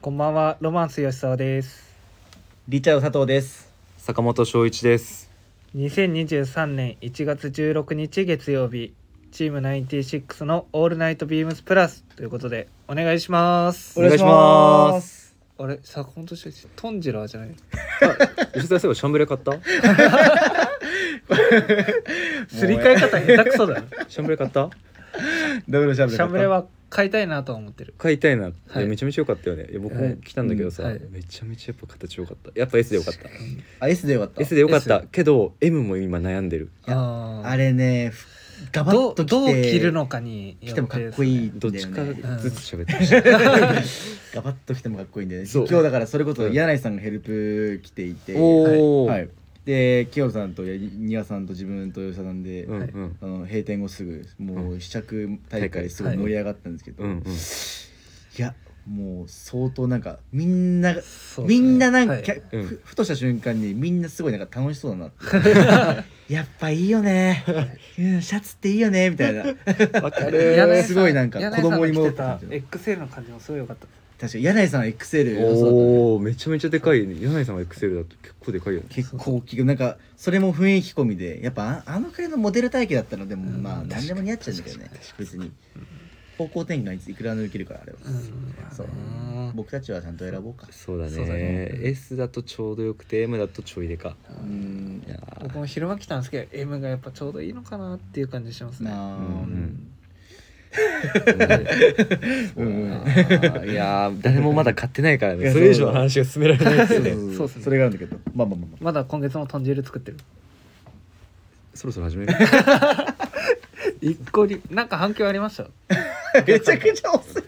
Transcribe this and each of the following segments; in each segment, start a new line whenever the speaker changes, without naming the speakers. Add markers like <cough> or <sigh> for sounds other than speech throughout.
こんばんは、ロマンス吉沢です。
リチャード佐藤です。。
坂本翔一です。
2023年1月16日月曜日、チーム96のオールナイトビームスプラスということでお願いします
お。願いします
あれ、坂本俊一トンジラーじゃない？
吉田さん、シャンブレ買った？
すり替え方下手くそ
<laughs>
だよ。
シャンブレ買った？
ダブルシャブ
シ
レ。
ャンブレ。は買いたいなとは思ってる。
買いたいな。い
はい
やめちゃめちゃ良かったよね。いや僕
はい
も来たんだけどさ、
うんはい
めちゃめちゃやっぱ形良かった。やっぱ S で良かった。
あ、S でよかった。
S で良かった
S
けど M も今悩んでる。
あー
あれね、ふガバ
ど
ッ
う
と
どう
来て
着るのかによ
来てもかっこいいんだ
ど
よ
っ
ね
ちか
ん
ずつ喋ってました。
ガバッと来てもかっこいいんだよね。
そう
今日だからそれこそ
うん
柳井さんがヘルプ来ていて、
おお。
はい。で、清さんとニワさんと自分と吉田さんで
う、んうん
あの閉店後すぐも
う
う試着大会すご
はい
い盛り上がったんですけど、
うんうん
い。やもう相当なんかみんなが
そうです
み
ね
んななんか、
はい
ふ
うん
ふとした瞬間にみんなすごいなんか楽しそうだなって <laughs> やっぱいいよね、うん、シャツっていいよねみたいな
わか
えー
柳井
る。
さ
すごいなんか
柳井
子供に戻っ
さんが
た
着てた XL の感じもすごい良かった。
確かに柳井さん XL 良さそうだったね
おおめちゃめちゃでかいね。柳井さんは XL だと結構でかいよね。
結構大きくなんかそれも雰囲気込みでやっぱああのくらいのモデル体型だったらでも
うん
まあ
確かに
何でも似合っちゃうんだけどね別に方向転換いついくらでもいけるからあれは
うん
そう
うん
僕たちはちゃんと選ぼうか
そうだ
そうだ
ね
ね。
S だとちょうどよくて M だとちょいでか。
うん
いやー
僕も昼間来たんですけど M がやっぱちょうどいいのかなっていう感じしますね。
なあ
うん
うんう
<laughs>
ん
あーいやー誰もまだ買ってないから
いや
ねそれ以上の話が進められない <laughs> ですよね
そ
そ
うそうう
っすね
それがあるんだけどまあまあまあまあ
まだ今月も豚汁作ってる。
そろそろ始める
一個になんか反響ありました。
<laughs> めちゃくちゃ遅い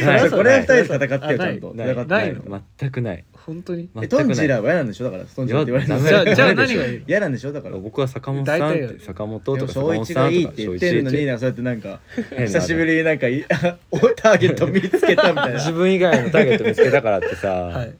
やない
そうこれは
ない
二人で戦ってよちゃんと
ない
戦ってないの
全くない
本当に。
全くな
え
い
トンジラは嫌なんでしょだからトンジラって言われ
いや
る
じゃあじゃあ
ダ
何
メでしょ
がいいの。
嫌なんでしょだから
僕は坂本さんっ
大体
て坂本
で
と
も
か坂
小
本
一
さ
が
ん
いい
と
っ
か
て言ってるのになんかそうやってなんか
な
久しぶりになんかい <laughs> おターゲット見つけたみたいな
<laughs> 自分以外のターゲット見つけたからってさ、
<laughs> はい。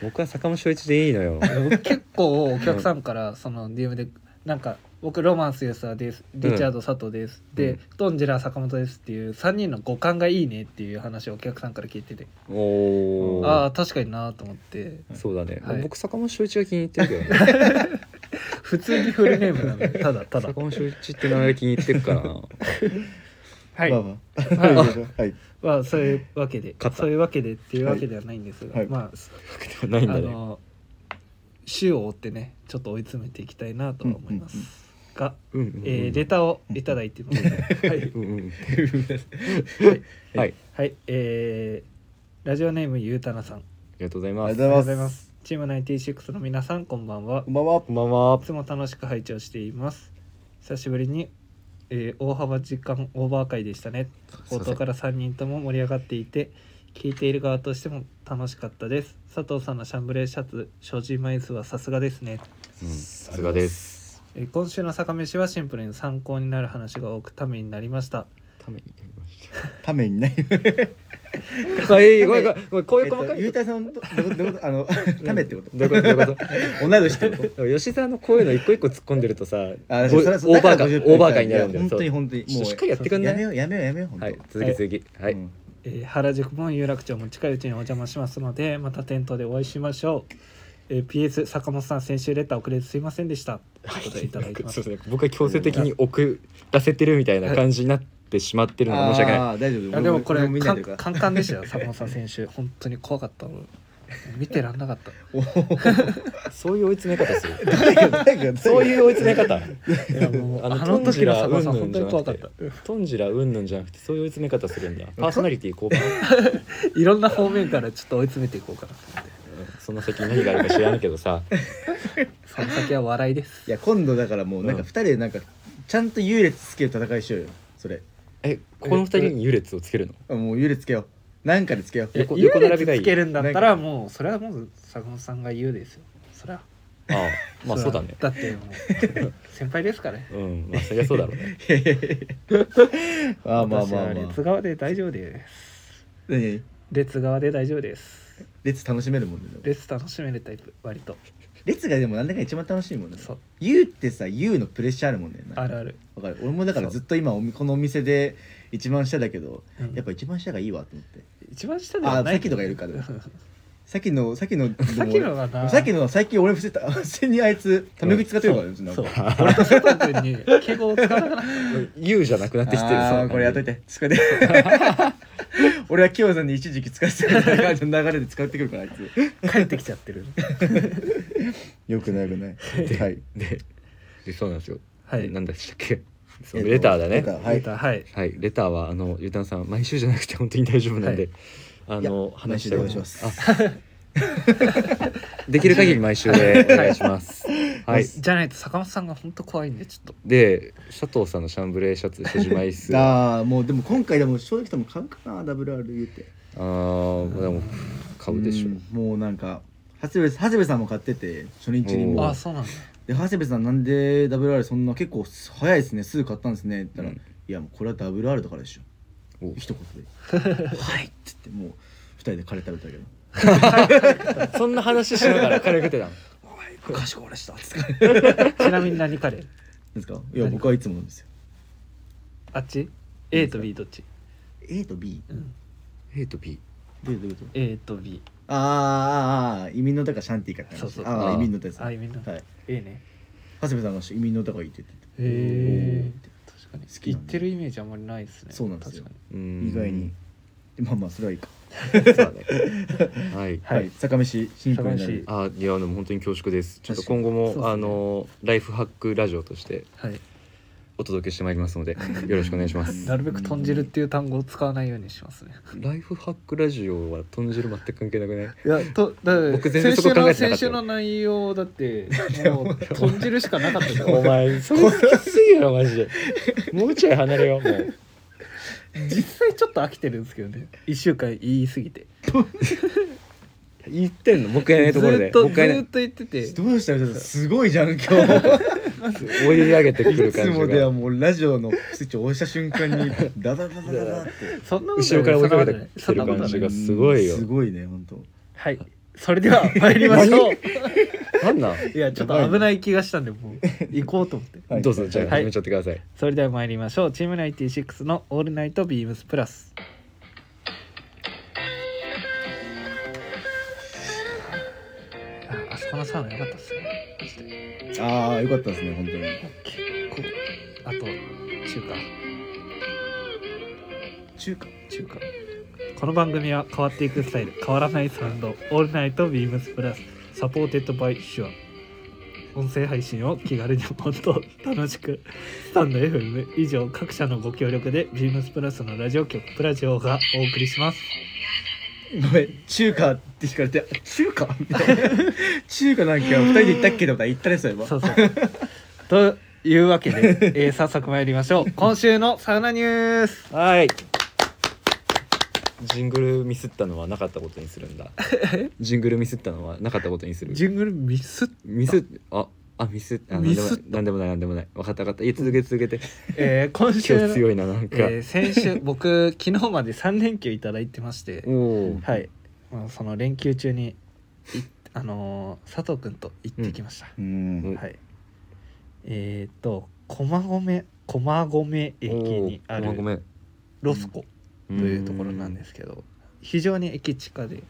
僕は坂本翔一でいい
<laughs>
のよ
僕結構お客さんからその DM でなんか僕ロマンス吉沢です、リチャード佐藤です、
う
で
ん
トンジラ坂本ですっていう三人の五感がいいねっていう話をお客さんから聞いてて、
お
ああ
ー
確かになと思って。
そうだね、
はい
僕坂本翔一が気に入ってるけどね
普通にフルネームなのでただ <laughs> ただ
坂本翔一って名前気に入って
<laughs>
るからな
は
まあ
い
まあ
はい
はい
まあそういうわけで
勝った
そういうわけでっていうわけではないんですが、
はい
まあ
ないんだ
あ
ね
の週を追ってねちょっと追い詰めていきたいなとは思います、
うんうん
が、
うんうんうん
えーレターをいただいてます、はい、
うんうん
は
はいい、
はい、えーラジオネームゆうたなさん
ありがとうござい
あ
ま
り
す。
がとうご
ありがとうござ
ざ
い
い
ま
ます
チーム96の皆さんこんばんは。
こんばんは
こんばんはい
つも楽しく拝聴しています久しぶりに、えー大幅時間オーバー会でしたね冒頭から3人とも盛り上がっていて聞いている側としても楽しかったです佐藤さんのシャンブレーシャツ所持枚数はさすがですね
うんさすがです。
えー今週の坂飯はシンプルに参考になる話が多くためになりました
ためになりました
ためにない
ごめんごめんごめんごめんこういう細かい
ゆうたさんのどどういうこと
<laughs>
あのためってこと
どういうことどういうこ
同い年ってこと
と <laughs> 吉沢のこういうの一個一個突っ込んでるとさオーバ
あそれそれ
ー
だ
バーがオ
から50分
ーバーがになるんだよ
いや本当に本当に
そうちょっとしっかりやってくんな
やめ
い
ようやめようやめよう本当
はい続き続きはい
うん
えー原宿も有楽町も近いうちにお邪魔しますのでまた店頭でお会いしましょう、えー PS 坂本さん先週レター遅れてすいませんでしたということでいただいてま
そ
す
うですね僕は強制的に送らせてるみたいな感じになってしまってるのが申し訳ない
あー大丈夫
あでもこれ
俺見
カ
ない
ン
でください
カンカンでしたよ坂本さん先週本当に怖かった俺見てらんなかった
お
<laughs>
ー
そういう追い詰め方
<laughs>
する
誰が誰が
そういう追い詰め方
いやも
<laughs>
うあ
あの
の時の坂本さん
ト
本当
ンジラ
に怖かった
トンジラうんぬんじゃなくてそういう追い詰め方するんだパーソナリティ交番
いろんな方面からちょっと追い詰めていこうかなと思って
<laughs> その先に何があるか知らんけどさ
その先は笑いです
いや今度だからもうなんか
うん
二人でなんかちゃんと優劣つける戦いしようよそれ
えこの二人に優劣をつけるの
あもう優劣つけようなんかでつけよう
え横
優
横並
劣
びがいい
つけるんだったらもうそれはもう坂本さんが言うですよそりゃ
ああまあそうだね
だってもう先輩ですからね
うんまあそりゃそうだろ
<laughs>
うね
あー <laughs> まあまあ
私は
まあ
列側で大丈夫です
何何
列側で大丈夫です
列楽しめるもんねでも
列楽しめるタイプ割と
列がでもなんだか一番楽しいもんね
そう
優ってさ優のプレッシャーあるもんね
あるある、
わかる俺もだからずっと今おみこのお店で一番下だけど
うん
やっぱ一番下がいいわと思って
一番下では
あ
な
さっ
い
き
け
の
ど
がいるかでもさっきのさっきの
<laughs> さっきのがな
さっきの最近俺伏せた <laughs> 普通にあいつタメ口使ってるからねうちなん
そ
か
う俺と佐藤君に敬語を使わなくなっ
言うじゃなくなってきてる
あ
さ
ーこれやっといて使って
<laughs>
俺は清さんに一時期使ってたみたいな感じの流れで使ってくるからあいつ
て帰ってきちゃってる
よくないよく
<laughs>
ないはい
ででそうなんですよ、
はい
なんだでしたっけそうレターだね
レター <laughs> はい
たはい
はい、レターはあのゆうたんさん毎週じゃなくて本当に大丈夫なんで、あの
いや
話したい。
毎週でお願いします
あ <laughs> できる限り毎週でお願い
<laughs>
します。はい。
じゃないと坂本さんが本当怖いんでちょっと
で佐藤さんのシャンブレーシャツ所持
<laughs>
枚数あ
ああもうでも今回でも正直でも買うかな WR 言うて
ーでも買うでしょ
んもうなんか長谷部長谷部さんも買ってて初日にも
お
あ
う
あそうなんだ
で長谷部さんなんで WR そんな結構早いですねすぐ買ったんですねって言ったら、
うん
いやもうこれは WR だからでしょ
お
一言で「はい」って言ってもう二人でカレー食べたけど
そんな話しながら軽くてたの
「おいこれかしこまりした」っつって
ちなみに何カレー
ですかいや僕はいつもなんですよ
あっち A と B どっち
A と B
<laughs> A と B
どういうこと
A と B
あーあーあー移民の高シャンティーかって話
そうそう
ああ
あー
移民の高です
あ移民の
はい
A ね
長谷部さんが移民の高いいって言って
へ
て
え確かに
好き
好き
な
言
ん
っ
で
てるイメージあんまりないですね
そうなんですよ
確か
うーん
意外にまあまあそれはいいか
そ
<laughs>
うだねはい
はい
はい坂飯新婦になる
坂
あいやでも本当に恐縮ですちょっと今後も、
確かにそうですね
あのライフハックラジオとして
にはい
お届けしてまいりますのでよろしくお願いします <laughs>
なるべく豚汁っていう単語を使わないようにしますね
ライフハックラジオは豚汁全く関係なくない
いやとだって
僕全然そこ考えてなかった
先週の先週の内容だ
<laughs>
ってもう豚汁しかなかったじゃん
お <laughs> 前それ好きすぎやろマジでもうちょい離れようもう
実際ちょっと飽きてるんですけどね1週間言い過ぎて
言ってんのもう一回やらないところ
ず
で
っと
もう一
ず
回
ー
やらな
っと言ってて
どうしたらすごいじゃん今日
い追い上げてくる
いつ
感じ
もでは
が
もうラジオのスイッチを押した瞬
<laughs>
間にダダダダダダって
そんなこと
後ろから追いかけてき
そ
て
んな
る
ことは
感
な
じ
い
がすごいよ
すごいね本当
はいそれでは参りまし
<laughs>
ょう
なんなん
いやちょっと危ない気がしたんでもう行こうと思
<laughs>
って
はい
どうぞじゃあ
はい
始めちゃってください
それでは参りましょうチームナインティシックスの「オールナイトビームスプラスあ」あそこのサウナ良かったですねマジで
ああよかったですね本当に
結構あと中華
中華
中華この番組は変わっていくスタイル変わらないサウンド「オールナイトビームスプラス」サポーテッドバイシュア音声配信を気軽にもっと楽しくスタンド FM 以上各社のご協力でビームスプラスのラジオ局プラジオがお送りします
ごめん中華って聞かれてあ中華みたいな中華なんか二人で行ったっけとか言ったねそういえば
そうそうというわけで、えー早速参りましょう今週のサウナニュース
はいジングルミスったのはなかったことにするん <laughs> だジングルミスったのはなかったことにする
ジングルミスっ
ミスああミスあ
ミスった
なんでもないなんでもない分かった分かったいや続けて続
<laughs>
けて
えー今週
今日
の
強いななんか、
えー先週僕昨日まで3連休いただいてまして
おお
はい、まあ、その連休中にいあのー佐藤君と行ってきました、
うん
ん
はいえーっと駒込駒込駅にあ
ご
る
めん
ロスコというところなんですすけど非常に駅近で
も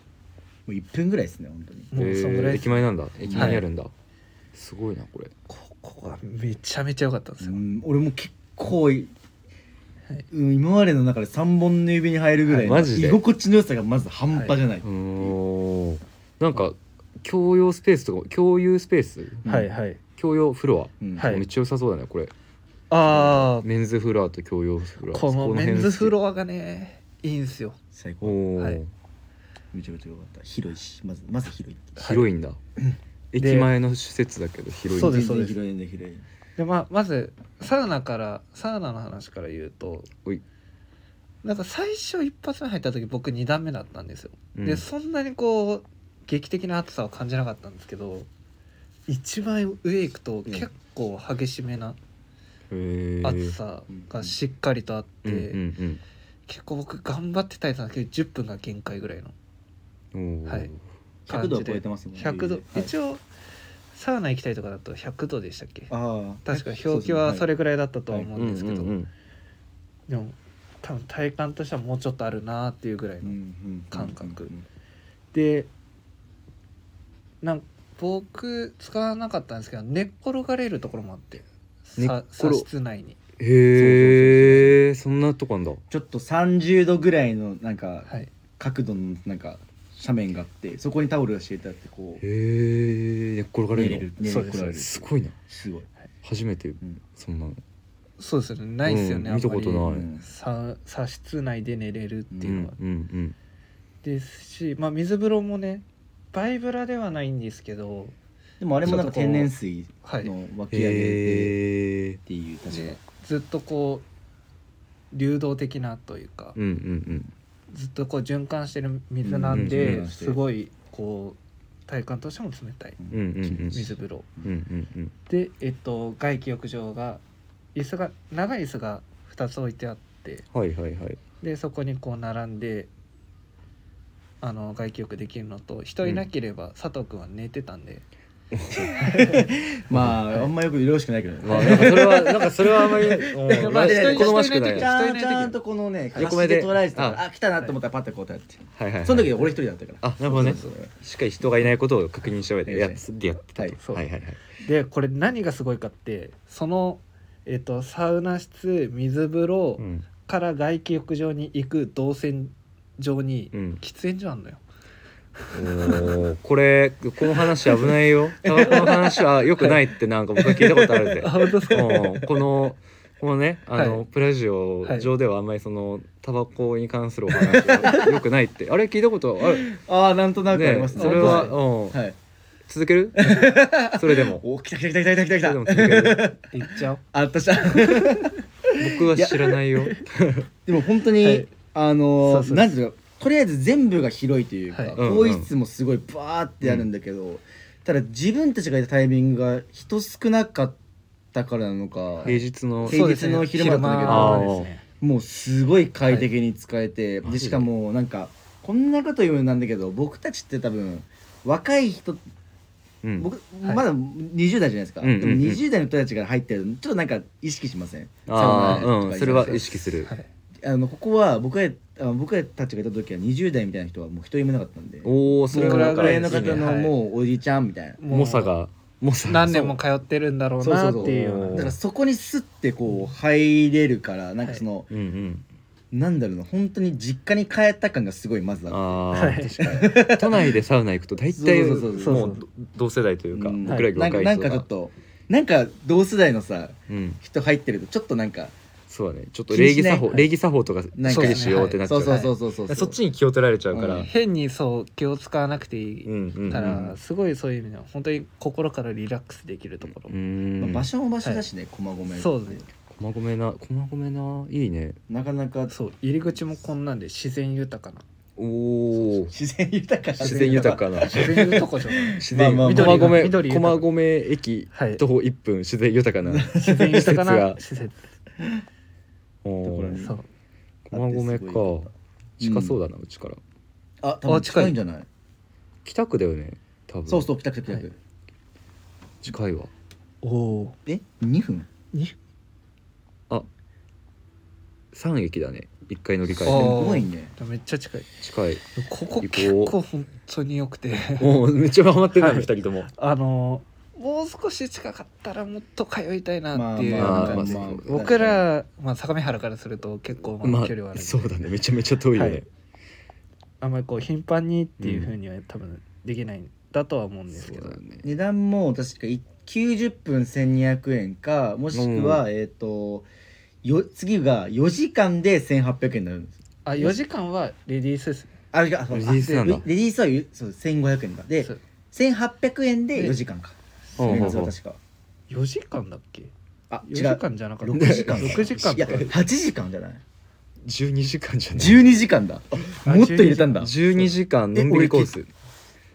う1分ぐらいですね本当に
もうそのぐらいです
駅前なんだ駅前にあるんだ、すごいなこれ
ここがめちゃめちゃ良かったんです
う
よ、
ん俺も結構い
はい
うん今までの中で3本の指に入るぐらいの
はいマジで
居心地の良さがまず半端じゃない、
うーんなんか共用スペースとか共有スペース
うん
はいはい
共用フロ
うん
ア、
はい
めっちゃ良さそうだねこれ
あ
メンズフロアと共用フロ
あ
ア
このメンズフ
ア
ロアがねいいんですよ
最
お
高
お、
はい
めちゃめちゃ良かった広いしまずまず広い
広いんだ、駅前の施設だけど広いんだ
そうです
全然広いんで広い
でまあ、まずサウナからサウナの話から言うと
おい
なんか最初一発目入った時僕2段目だったんですよ、
うん
でそんなにこう劇的な暑さを感じなかったんですけど一番上行くと結構激しめな
へー
暑さがしっかりとあって、
うんうん
結構僕頑張って耐えたんだけど10分が限界ぐらいの
うんおー
はい感
100度は
じ
超え
で
てますもんね
100度、
はい
一応サウナ行きたいとかだと100度でしたっけ
ああ
確か表記はそれ
ぐ
ぐらいだったとは思
う
うんですけど、
んうんうん
でも多分体感としてはもうちょっとあるなっていうぐらいの、
ん
感覚でなん僕使わなかったんですけど寝っ転がれるところもあって
寝っ
ささ
転
室内に
へえそんなとこあんだ
ちょっと30度ぐらいのなんか
はい
角度のなんか斜面があってそこにタオルが敷いてあってこう
へえ寝っ転がれ
寝れ
るの
る寝
そう
れ
で
る
す
来られる
すごいな
すごい
初めて
うん
そんな
そうですよねないですよね、
うん見たこと
あんま
な
う
い
ん
りささ室内で寝れるって
う
いうんのは、
うん
ですしまあ水風呂もねバイブラではないんですけど
でもあれもなんか天然水
はい
の湧
うん
き上げで
へえ
っていう確か
でずっとこう流動的なというか、
うんうん
ずっとこう循環してる水なんで、
うんうん
うん
すごいこう体感としても冷たい
うんうんうんうん
水風呂
うんうんうん
で、えっと、外気浴場が椅子が長い椅子が2つ置いてあって
はいはいはい
でそこにこう並んであの外気浴できるのと人いなければ、佐藤君は寝てたんで
まああんまよくよろしくないけどね
ま <laughs> あなんかそれはなんかそれはあんまり
<laughs>
うん
まあで
好ましくない
ち
人いない時は
は
ゃんちゃんとこのね
横目で
端捉えてたから
あ
あ来たなと思ったらパッとこうやって
いはいは
<laughs>
い
その時俺一人だったから
あなるほどね
そうそうそう
しっかり人がいないことを確認した上でやっでやってた
はい
とはいはいはい
でこれ何がすごいかってその、えっと、サウナ室水風呂
うん
から外気浴場に行く動線上に
うん
喫煙所あんのよ。
おーこれこの話危ないよタバコの話は良くないってなんか僕は聞いたことあるぜ
あ本当ですか
うんこのこのねあの、
はい
プラジオ上ではあんまりそのタバコに関するお話は良くない
<laughs>
ってあれ聞いたことある
ああなんとなくあり
ね
ますね
それは、
あ
うん
はい
続
<laughs>
けるそれでも
お来た来た来た来た来た来
そ
た
れで
来
も
た
続ける
行っちゃおう
あ私は
僕は知らないよ
でも本当に、
はい
あのー
そうそう
なんていうかとりあえず全部が広いというか、
はい
更衣室もすごいバーってあるんだけど、ただ自分たちがいたタイミングが人少なかったからなのか、
平日の
平日の昼間だったんだけど
そうですね
もうすごい快適に使えて、
はい
でしかもなんかこんなこと言うのなんだけど僕たちって多分若い人
うん
僕、
はい
まだ20代じゃないですか、
うんうんうん
でも20代の人たちが入ってるのちょっとなんか意識しません
あ
サウナと
あ
か
うんそれは意識す
あ
る
ー、はい
あのここは僕らあの僕らたちがいた時は20代みたいな人はもう一人もいなかったんで
おおそ
それ
れ
ぐ
は
ら
ないん
の
か
ぐらい
方
ですね
のもうおじちゃんみたいな、
もう
猛者が猛者
何年も通ってるんだろうなっていうよう
そうそうそ
な
う
だからそこにスッてこう入れるからなんかその、
うんうん
なんだろうな本当に実家に帰った感がすごいまずある
ああ、
はい
確かに都内でサウナ行くと大体
そうそうそうそう
もうど同世代というか、
うん
僕らより
なん
若
か
い人
なんか
が
ちょっとなんか同世代のさ
うん、
人入ってるとちょっとなんか
そうだねちょっと礼儀作
気に
法、
しない
礼儀作法とかし
なん
っ
か
かりしようってなっちゃ
そううそうそうそうそう
そっちに気を取られちゃうから、
う
うんん
変にそう気を使わなくていい
うんうん、
か
うん
らすごいそういう意味では本当に心からリラックスできるところ
う、ん、
まあ場所も場所だしね、駒込って
そうですね
細ごめな細ごめないいね
なかなか
そう入り口もこんなんで自然豊かな
おお
自然豊か
自然豊かな
自然豊かじゃない
<laughs>
自然
まあまあ
駒
緑が
込
緑豊か
駒込駅
はい
徒歩1分自然豊かな
自然豊かな施
施
設
お
ところ
ー
に
そう
駒込か近そうだな、うちから
あ多分
あ近い
近いんじゃない
北区だよね多分
そうそうピタピタピタピタ
近いわ
おお
え2分
に
3駅だね1回乗り換
あ
す
ー
え
ごいね
じゃあめっちゃ近い
て近い
ここ
行こう
結構本当に良くて
もうめっちゃハマってるな
はい
2人とも
あのもう少し近かったらもっと通いたいなっていう、
まあまあ
なんか
まあ
僕ら、まあ、相模原からすると結構ま
ま
あ距離はあ
あ
るんで
そうだねめちゃめちゃ遠いよ
は
ね
いあんまりこう頻繁にっていうふうには多分できないんだとは思うんです
そ
け
う
ど、
だね
値段も確かい90分1200円かもしくは、えっ、とよ次が4時間で1800円になるんです
あ4時間はレディースです
あれがあそう
レディースなんだ
あでレディースはゆそう1500円だで
そう
1800円で
で
4時間か
ほうほうほう
そう確か
4時間だっけ
あ
4
違
時
う
間じゃなかった
6時間
6時間
いや
とか
8時間じゃない
12時間じゃない
12時間だ
あ
もっと入れたんだ
12時間のんびりコース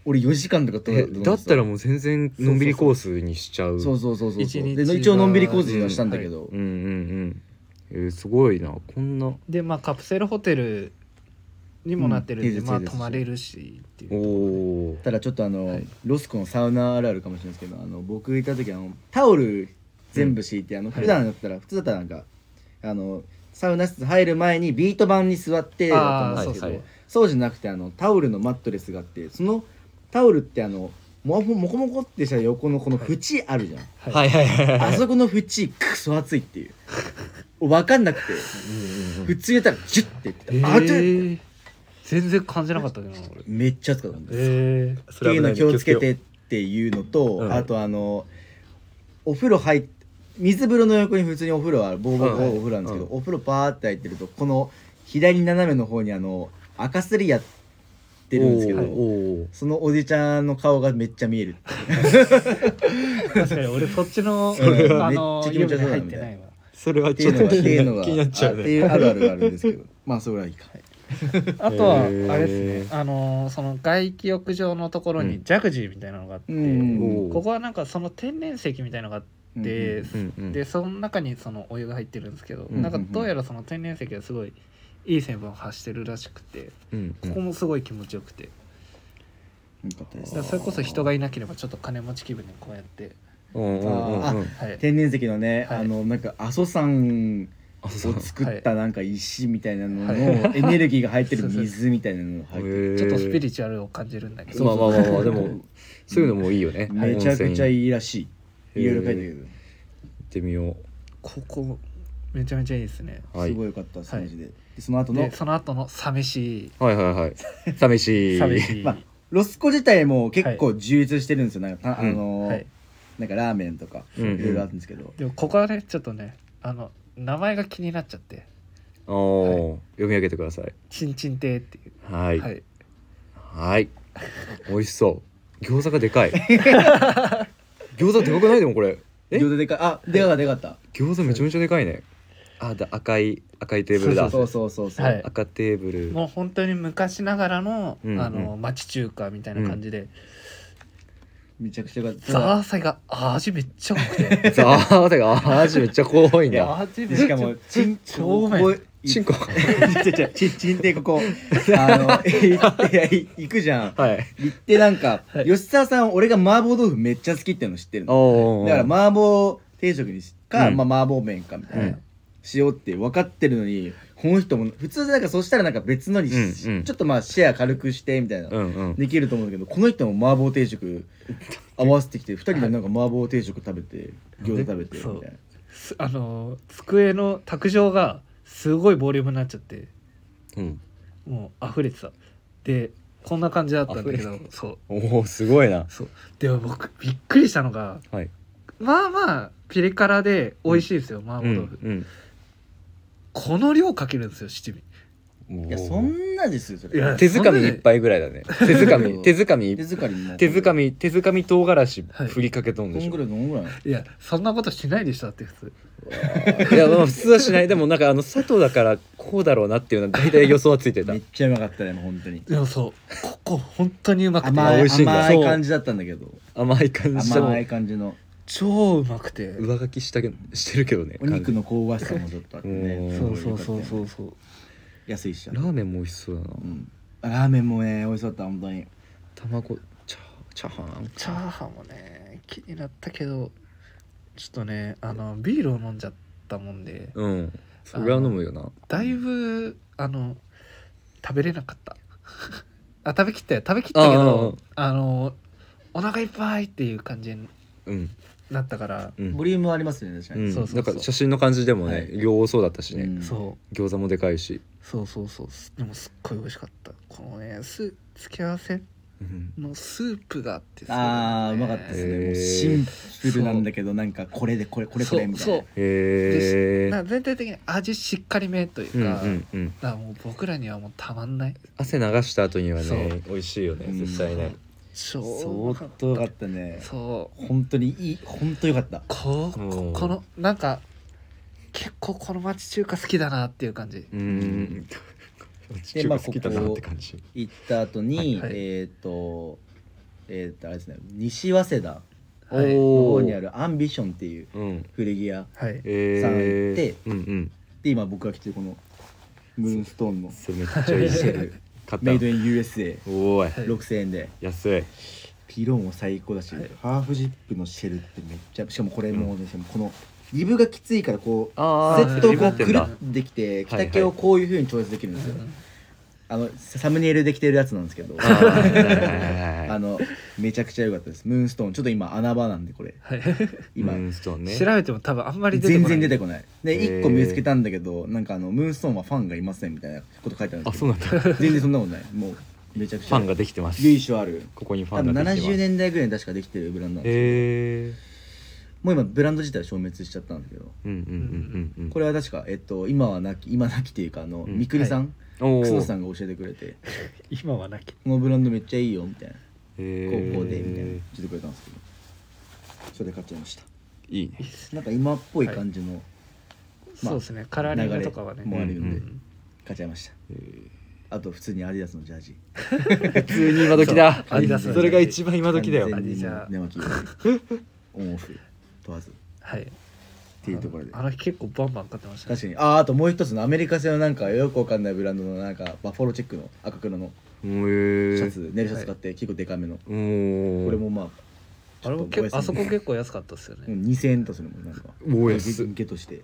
俺4時間とかと
えだったら
う
もう全然のんびりコースにしちゃう
そうそうそうそう
一日
で一応のんびりコースにはしたんだけど、
うんうんうんえーすごいなこんな
でまあカプセルホテルにもなってるんで、
うんいいです
まあ
いいです
泊まれるしってい
お
う
お
ただちょっとあの、
はい
ロスコのサウナあるあるかもしれないですけどあの僕行った時あのタオル全部敷いて、あの普段だったら、普通だったらなんかあのサウナ室入る前にビート板に座ってだと思うんですけど、
あーはいはい
そうじゃなくてあのタオルのマットレスがあってそのタオルってあのもこもこもこってした横のこの縁あるじゃん、
はいはいはいは
あ
い
そこの縁クソ熱いっていう分かんな
<laughs>
くて普通やったらジュッて言ってた、
え
あ熱い
ー、全然感じなかったけどな俺
めっちゃ熱かったんです、
え
っ
っていうの気をつけてっていうのと、
うん
あとあのお風呂入っ水風呂の横に普通にお風呂はボコボコ
うん
お風呂なんですけど、
う
お風呂パーって入ってるとこの左斜めの方にあの赤すりやってるんですけ
お
ど
ど
そのおじちゃんの顔がめっちゃ見える
ー、確かに俺そっちの
うん
あの
めっちゃ気
湯
持ち
船
よさそ
入
うだ
っ
み
て
たいな
ないわ
それは
ってい
ちょ
う
っ
の
と
がって
気
いうの
に
が
気になっちゃう
あって
ね
いうあるあるがあるんですけどまあそれはいいか
あとはあ
へー
れですねあのその外気浴場のところ
う
にジャグジーみたいなのがあって、
うん
ここはなんかその天然石みたいなのがあって、
うんうん
でその中にそのお湯が入ってるんですけど、
うん
なんかどうやらその天然石がすごいいい成分を発してるらしくて
うんう
ここ
ん
もすごい気持ちよくて、
うんよかったで
だ
す
からそれこそ人がいなければちょっと金持ち気分でこうやって、
うんうんうんうん
はい、
天然石のね、
はい
あのなんか阿蘇山
あそう
を作ったなんか石みたいなのの
はい
エネルギーが入ってる
そうそう
水みたいなのが入ってる。
ちょっとスピ
チ
リチュアルを感じるんだけ
まあ
ど
まあまあまあでもそういうのもいいよね
めちゃくちゃ
い
いいらしい。いろいろ書いてある
行ってみよ
ここめちゃめちゃいいですね
け
う
ど、
はい
すごい良かったです、マジで。でその後の
でその後の「寂しい
はいはいはい寂」しい
<laughs> 寂しい、
まあロスコ自体も結構充実してるんですよ。なんかたあ
うん
の
はい
ー、なんかラーメンとかい
うんうん
ろいろあるんですけど、
でもここはねちょっとねあの名前が気になっちゃって
おお読み上げてください
「ちんちん亭」っていう
はい
はい
はい。美味しそう。餃子がでかい。餃子でかくないでもこれ。え
餃子でかいあでかかったでかかっ
餃子めちゃめちゃでかいね。あ、だ赤い赤いテーブル
た。
だ。
そうそうそうそう。
はい
赤テーブル。
もう本当に昔ながらの,、
うんうん
あの町中華みたいな感じで、
めちゃくちゃ良かった。
ザーサイが味めっちゃ多くて
ザーてが味めっちゃ濃い
いや
な。
味
でしかもチン
超うまい
ここ
チンコ。
ちょちょちちんってここあの行って行くじゃん
はい。
行ってなんか、
はい
吉沢さん俺が麻婆豆腐めっちゃ好きっていうの知ってるの
おお。
だから麻婆定食にしか、
うん
まあ、麻婆麺かみたいな、
うん
しようって分かってるのにこの人も普通なんかそしたらなんか別のにし、
うんうん
ちょっとまあシェア軽くしてみたいな、
うんうん。
できると思うんだけどこの人も麻婆定食合わせてきて2人でなんか麻婆定食食べて餃子食べてみたいな
すあの机の卓上がすごいボリュームになっちゃって
うん。
もう溢れてたでこんな感じだったんだけ
溢
ど
れて
そう
おおすごいな。
そうでも僕びっくりしたのが
はい。
まあまあピリ辛で美味しいですよ、麻婆
う
豆腐、
ん
この量かけるんですよ七味
うん。
いやそんなですよそれ
いや
手づかみ一杯ぐらいだね。手づかみ手づかみ
手づかみも
手づかみ手づかみ唐辛子振りかけとん
こ
でし
ん
ょ
ぐ。らいどんぐらいなの
いやそんなことしないでしたって普通
いやまあ普通はしないでもなんかあの佐藤だからこうだろうなっていうのは大体予想はついてた
めっちゃうまかったねもう本当に
でもそうここ本当にうまくて
甘
美
い
味しいんだ
甘い
そう
感じだったんだけど
甘い感じの
甘い感じの
超うまくて
上書きしたけどしてるけどね
お肉の香ばしさもちょっとあってね
そ
うん
うそうそうそううそう
安いしちゃ
ラーメンも美味しそうだな
うんラーメンもね美味しそうだった本当に
卵チャチャーハン
チャーハンもね気になったけどちょっとねあのビールを飲んじゃったもんで
うんそれは飲むよな
だいぶあの食べれなかった <laughs> あ食べきったよ食べきった
あ
け
あ
どあのお腹いっぱいっていう感じに
うん
なったから、
うん
ボリュームありますよね確か
う
に
ん
そうそうそう
なんか写真の感じでも
は
ね
い
量多そうだったし
うん
ね
そう
餃子もでかいし
そうそうそうすでもすっごい美味しかったこのねス付け合わせ
うん
のスープがあって
あーうまかったですねもうシンプルなんだけどなんかこれでこれこ
こ
れこれみたい
そ
な
う
へ
な
え
んか全体的に味しっかりめという
うんう
か,、
んうん
だからもう僕らにはもうたまんない
汗流した後には
そう
ね美味しいよね
うん
絶対ね
超うまかっ
相
た
当よかったね
そう
本当にいい本当よかった
こう
うん
ここのなんか結構この町中華好きだなっていう感じ
うん
で
中
まあ
華好きだなって感じ
行った後に
はいはい
えっとえっとあれですね西早稲田
おー
の方にあるアンビションっていう
うん
古着屋
はい
さん行って
うんうん
で今僕が着てるこのムーンストーンの
それめっちゃいい
シ
シ
ェル
ェル買
メイド
っ
イン USA6000
たおーい
はい
円で
安い
ピローも最高だし、
はい
ハーフジップのシェルってめっちゃしかもこれもね、しかもこのリブがきついからこう
あ
セ
ー
ットを
リブ
こ
合
う
って
く
ん
る
だ
っできて着
はいはい
丈をこういう風に調節できるんですよ、あのサムネイルで着てるやつなんですけど
あーはいはいはいは
あ
い
のめちゃくちゃ良かったですムーンストーンちょっと今穴場なんでこれ
はい、
今、
ムーンストーンね
調べても多分あんまり出て
全
こない
然出てこないで
へー
1個見つけたんだけどなんかあのムーンストーンはファンがいませんみたいなこと書いてあるんで
あ
すけ
そう
ど
なんだフ
全然そんなことないもうめちゃくちゃ
ァンができてます
由緒ある
ここにファ
多
ン
分
ができて
70
ます
年代ぐらいに確かできてるブランドなんです
へえ
もう今ブランド自体は消滅しちゃったんだけど
うんうんうんうんうん
これは確かえっと今はなき今なきっていうかあの
うん
みくりさん、
お
クソさ
ん
んが教えてくれて
今はなき
このブランドめっちゃいいよみたいな
高
高校でみたいな言ってくれたんですけどそれで買っちゃいました
いいね
なんか今っぽい感じのまあ
そうですねカラーリングとかはね
流れもあるんで、
うん
買っちゃいました
えー
あと普通にアディダスのジャージ
普通に今時だ
そうアディダス
それが一番今時だよ
完
アディ
全に
ジャ
寝巻き
<laughs>
オンオフ問わずっ
はいって
いうところで
あの結構バンバン買ってましたね
確かにあーあともう一つのアメリカ製のなんかよくわかんないブランドのなんかバッファローチェックの赤黒の
うん
シ
へえ
ャツネルシャツ買って結構デカめのこ
おお
れもまあ
あれも
ちょっ
結
と
構あそこ
お安い
結構安かったですよね、
うん2000円とするもんなんか
お
<laughs>
安い
ゲットして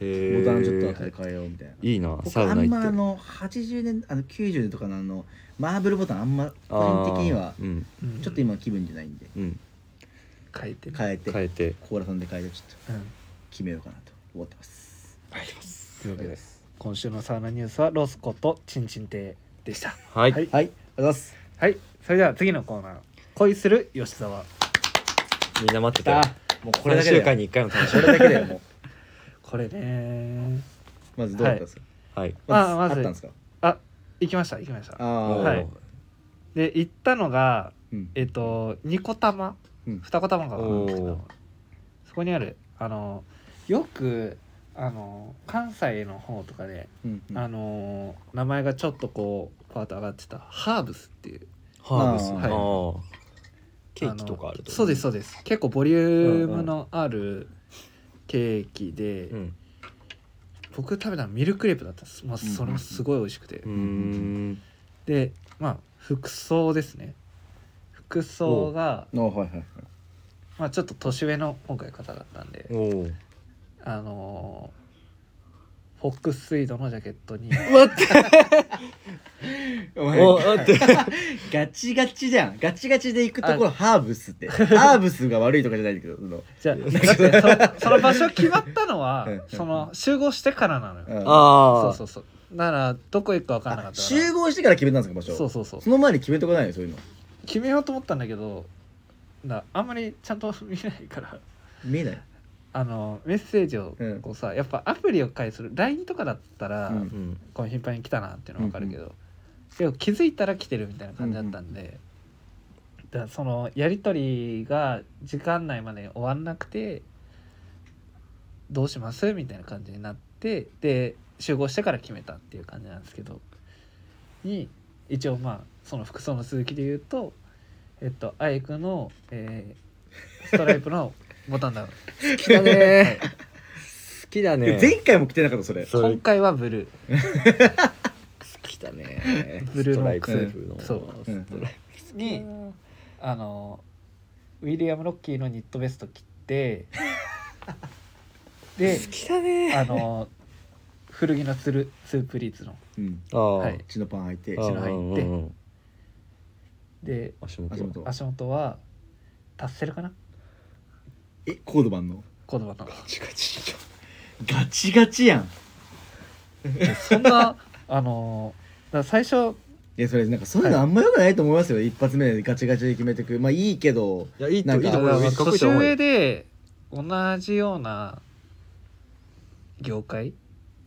ボ
ボタンちょっと後で変えようみたいな、
いいな
僕
サウ
あん
ナ行っ
ま
て
あの80年あの90年とかのあのマーブルボタンあんま個人的には
あーうん
うん
ちょっと今気分じゃないんで
うん
変えてね
変えて
変えて
高良さんで変えてちょっと
うん
決めようかなと思ってます
というわけです今週のサウナニュースはロスコとチンチン亭でした
はい
はい
はいありがとうございます
はいそれでは次のコーナー恋する吉沢
みんな待ってたよ
もうこれ
3
だけだ
週
よ
間に1回の楽し
これだけだよもう
これね
まずどうだったんですか、
みはい
あま
あ
ず
ったんですか
あ行きました行きました
あ
お
ー
ー
はいで行ったのが
うん
えっと二子玉
うん
二子玉川かな
おー
二子玉そこにあるあのよくあの関西の方とかで、
うんうん
あの名前がちょっとこうパーッと上がってたハーブスっていう
ハーブス
ま
あ
あーケーキとかあると
そうですそうです結構ボリュームのあるケーキで、
うん
僕食べたのミルクレープだったんです、まあ、それもすごい美味しくて、
うーん
でまあ服装ですね服装が、
あはいはいはい
まあ、ちょっと年上の今回方だったんで
おお
あのーフォックススイードのジャケットに
待って
お
お待って
ガチガチじゃんガチガチで行くところハーブスって
<laughs>
ハーブスが悪いとかじゃないんだけどその
じゃあだって
<laughs>
そその場所決まったのは
うん
その集合してからなのよ
うん
そ
あ
うそうそうだからどこ行くか分からなか
あ
ったから
集合してから決めたんですか場所
そうそうそう
その前に決めとかないよそういうの
決めようと思ったんだけどなあんまりちゃんと見ないから
見えない
あのメッセージを
うん
こうさ、やっぱアプリを介する LINE とかだったら、
うん
あうん
この頻繁に来たなっていうのは分かるけど、でも気づいたら来てるみたいな感じだったんで、だからそのやり取りが時間内までに終わんなくてどうしますみたいな感じになってで集合してから決めたっていう感じなんですけどに一応まあその服装の続きで言うとえっとアイクの、えーストライプのボタンダウ <laughs> ン
好きだね好きだね
前回も来てなかったそれ
それ
今回はブルー
好きだね
ブルーの
ストライプの
そう
うん
ストライプ
にあのウィリアム・ロッキーのニットベスト着てで
好きだね
あの古着のツルツープリーツの
うん
ああ
はい
血のパン履いて
ああ
血の入って
うんうんうん
で
足元
足元
足元はタッセルかな
えコードマンの
言葉の
<laughs> ガチガチじ
ガチガチやん
でそんなあのだから最初
いやそれなんかそういうのあんま良くないと思いますよ、一発目でガチガチで決めてくまあいいけど
ゃんいやいいと
なん
い
か
いと思うよ
年上で同じような業界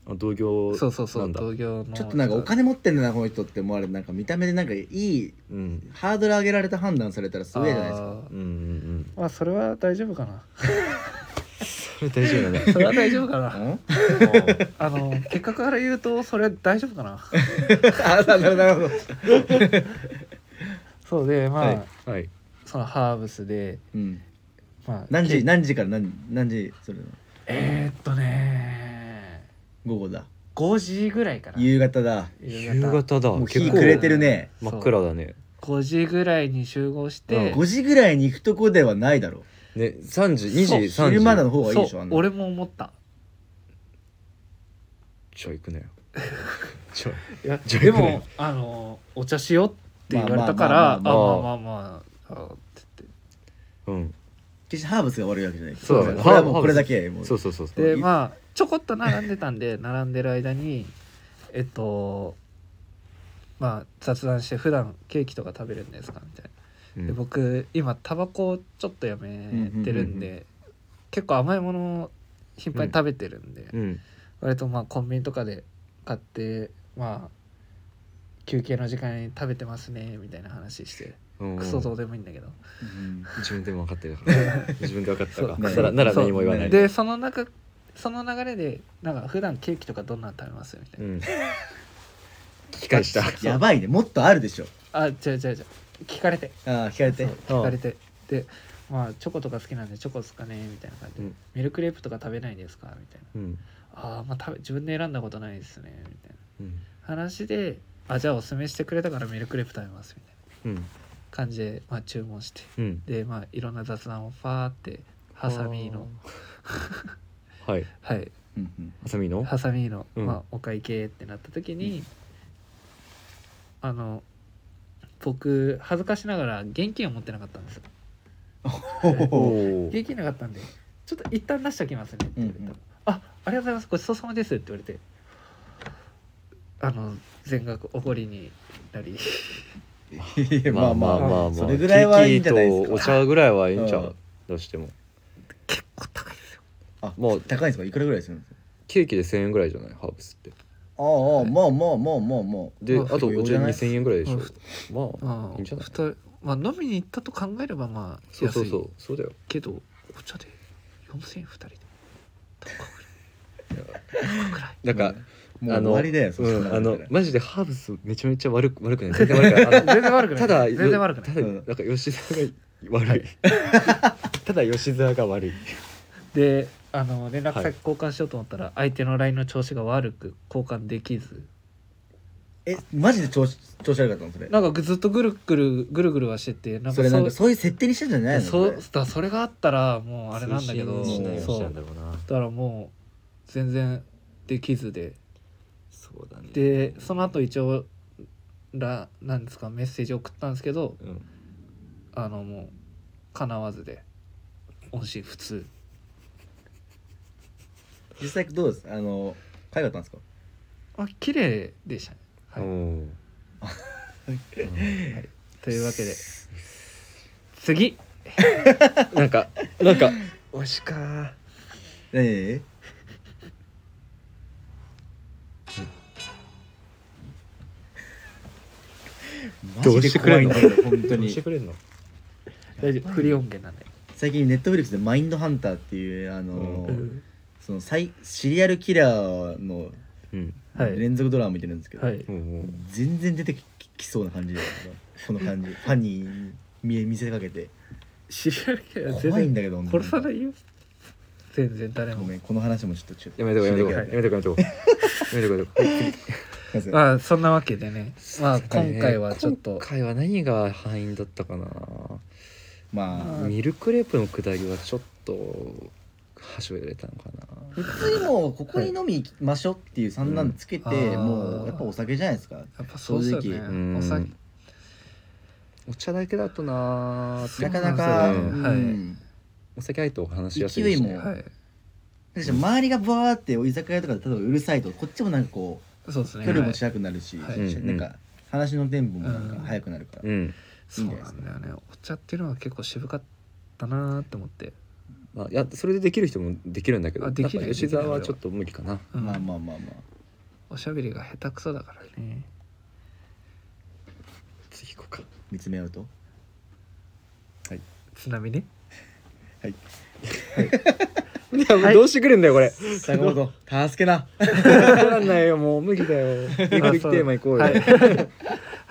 あ同業
そうそうそ
な
うん
だ
同業の
ちょっとなんかお金持ってんだなこの人って思われてなんか見た目でなんかいい
うん
ハードル上げられた判断されたらすごいじゃないです
あ
か
ー
うんうん
まあそれは大丈夫かな
それ大丈夫だね
それは大丈夫かな
<laughs> うん
あの結果から言うとそれ大丈夫かな
あなるほどなるほど
そうでまあ、
はいはい
そのハーブスで
うん
まあ
何
け
時何時から何何時それの
えー、っとね
午後だ
5時ぐらいかな
夕方だ
夕方だ
もう
結
日
構
暮れてるね
真っ暗だね
5時ぐらいに集合して、
うん
5時ぐらいに行くとこではないだろ
ね3時2時
そう
3時
昼間なの方がいい
そ
でしょあ
うん
な
俺も思った
ちょ
<laughs>
行くなよちょ
いや
じゃあ
で
行くね
もあのお茶しようって言われたか
ま
ら
あ
あま
ま
あ
あまあま
まあまああ
うん
決してハーブスが悪いわけじゃない
そう
だね
これはも
ハーブ
うこれだけもう
そうそうそうそう
でまあちょこっと並んでたんで <laughs> 並んでる間にえっとまあ雑談して普段ケーキとか食べるんですかみたいな
うん
で僕今タバコをちょっとやめてるんで、
うん
結構甘いものを頻繁に食べてるんで、
うん
割とまあコンビニとかで買ってまあ休憩の時間に食べてますねみたいな話して
うん
クソどうでもいいんだけど
うん
自分でも分かってるから
<laughs>
自分で分かったか
そう
ならなら
そう
何も言わない
でその中その流れでなんか普段ケーキとかどんなの食べますみたいな
う、ん聞き返した
<laughs> やばいねもっとあるでしょ
あ違う違う違う聞かれて
ああ聞かれて
そう聞かれてでまあチョコとか好きなんでチョコですかねみたいな感じで、
うん
ミルクレープとか食べないですかみたいな
うん
ああまあ食べ自分で選んだことないですねみたいな
うん
話であじゃあおすすめしてくれたからミルクレープ食べますみたいな
うん
感じで、まあ、注文して
うん
でまあいろんな雑談をファーってハサミの
はい
はい
うんうん
ハサミの
ハサミの、
うん
まあ、お会計ってなった時に、あの僕恥ずかしながら現金を持ってなかったんですよ
ほほ
お
ほ
お
現金なかったんでちょっと一旦出しておきますねって言われた、
うんうん
あありがとうございますごちそうさまですって言われてあの全額おごりにな
<laughs>
り
いやまあまあ
まあまあま
それぐらいはいいんじゃないです
ケーキとお
か
茶ぐらいはいいんちゃ
う
うんどうしても
結構高いですよ
あ
もう
高いんですかいくらぐらいするんですか
ケーキで1000円ぐらいじゃないハーブスって
ああああまあまあまあまあまあ
で
まあ
あとお
結構
茶
余裕
2000円ぐらいでしょまあ
あ
いいんじゃない
人まあ飲みに行ったと考えればまあ安
そ
いう
そうそうそうだよ
けどお茶で4000円2人で
<laughs> なんか
もう
あ
終
の
わりだよそ
うん、あの
う
マジでハーブスめちゃめちゃ悪く悪くない全然悪く <laughs> ないあの
全然悪くない
ただ
全然悪くない
ただ
うん
なんか吉沢が悪い <laughs> ただ吉沢が悪い
であの連絡
は
先
い
交換しようと思ったら、相手の LINE の調子が悪く交換できず
えマジで調子調子悪かったのそれ
なんかずっとぐるぐるぐるぐるはしててなんか
それなん
う
かそういう設定にしたんじゃないの
そ
そう
だそれがあったらもうあれなんだけど
通信しないようにし
そう
た
だ
んだろうな
からもう全然できずで
そうだね
でその後一応らなんですかメッセージ送ったんですけど
うん
あのもうかなわずで音信不通
実際どうですあの可愛かったんですか
あ綺麗でしたね、はい
うん
というわけで次
なんかなんかおしか
ええ
どうしてくれんの
マジで怖いんだけど本当
何して
に
くれんの
大丈夫フリ音源なんで
最近ネットフリックスで「マインドハンター」っていうあの、
うん
そのサイシリアルキラーの
うん
はい
連続ドラマ見てるんですけど、
はい
もう
全然出てききそうな感じだよこの感じファンに見見せかけて
知り合いけど
怖い
全
んだけど
然殺さないいよ全然誰
ご
も
めんこの話もちょっとちょっと
やめとこうやめとこう
し
や
な
め
きゃ
とこうやめとこうやめとこうやめとこ
すいません
まあそんなわけでねまあ
うはい
今回はちょっ
今
と
回は何が敗因だったかな
まあ
うん
ミルクレープの下りはちょっと箸を入れたのかな
普通にもうここに飲み行きましょうっていう三段つけて、
うんあー
もうやっぱお酒じゃないですか
やっぱそうですよ
正
う
ね
ん
お酒
お茶だけだとなー
う
な
なん
か
ですよ
なか、
う
う
ん
ん
お酒入ってお話しやすい
勢
し
いも
はい
だし周りがバーって居酒屋とかで例えばうるさいとこっちもなんかこ
そうです
う
ね
距離
は
も
い
近くなるし、
はい
なんか話のテンポもなん
うん
か早くなるから、
うん
そうなんだよねお茶っていうのは結構渋かったなーって思って
まあ、いやそれでできる人もできるんだけど
あできる
なんか吉沢はちょっと無理かな
うん
まあまあまあまあ
おしゃべりが下手くそだからね
次行こうか
見つめ合うと
ちなみ
<laughs>
に
はい
い <laughs> やもうどうしてくれんだよこれ
坂 <laughs> 本助けな
分かんないよもう無理
<laughs>
だよウィークリーテーマ行こうよ、
はい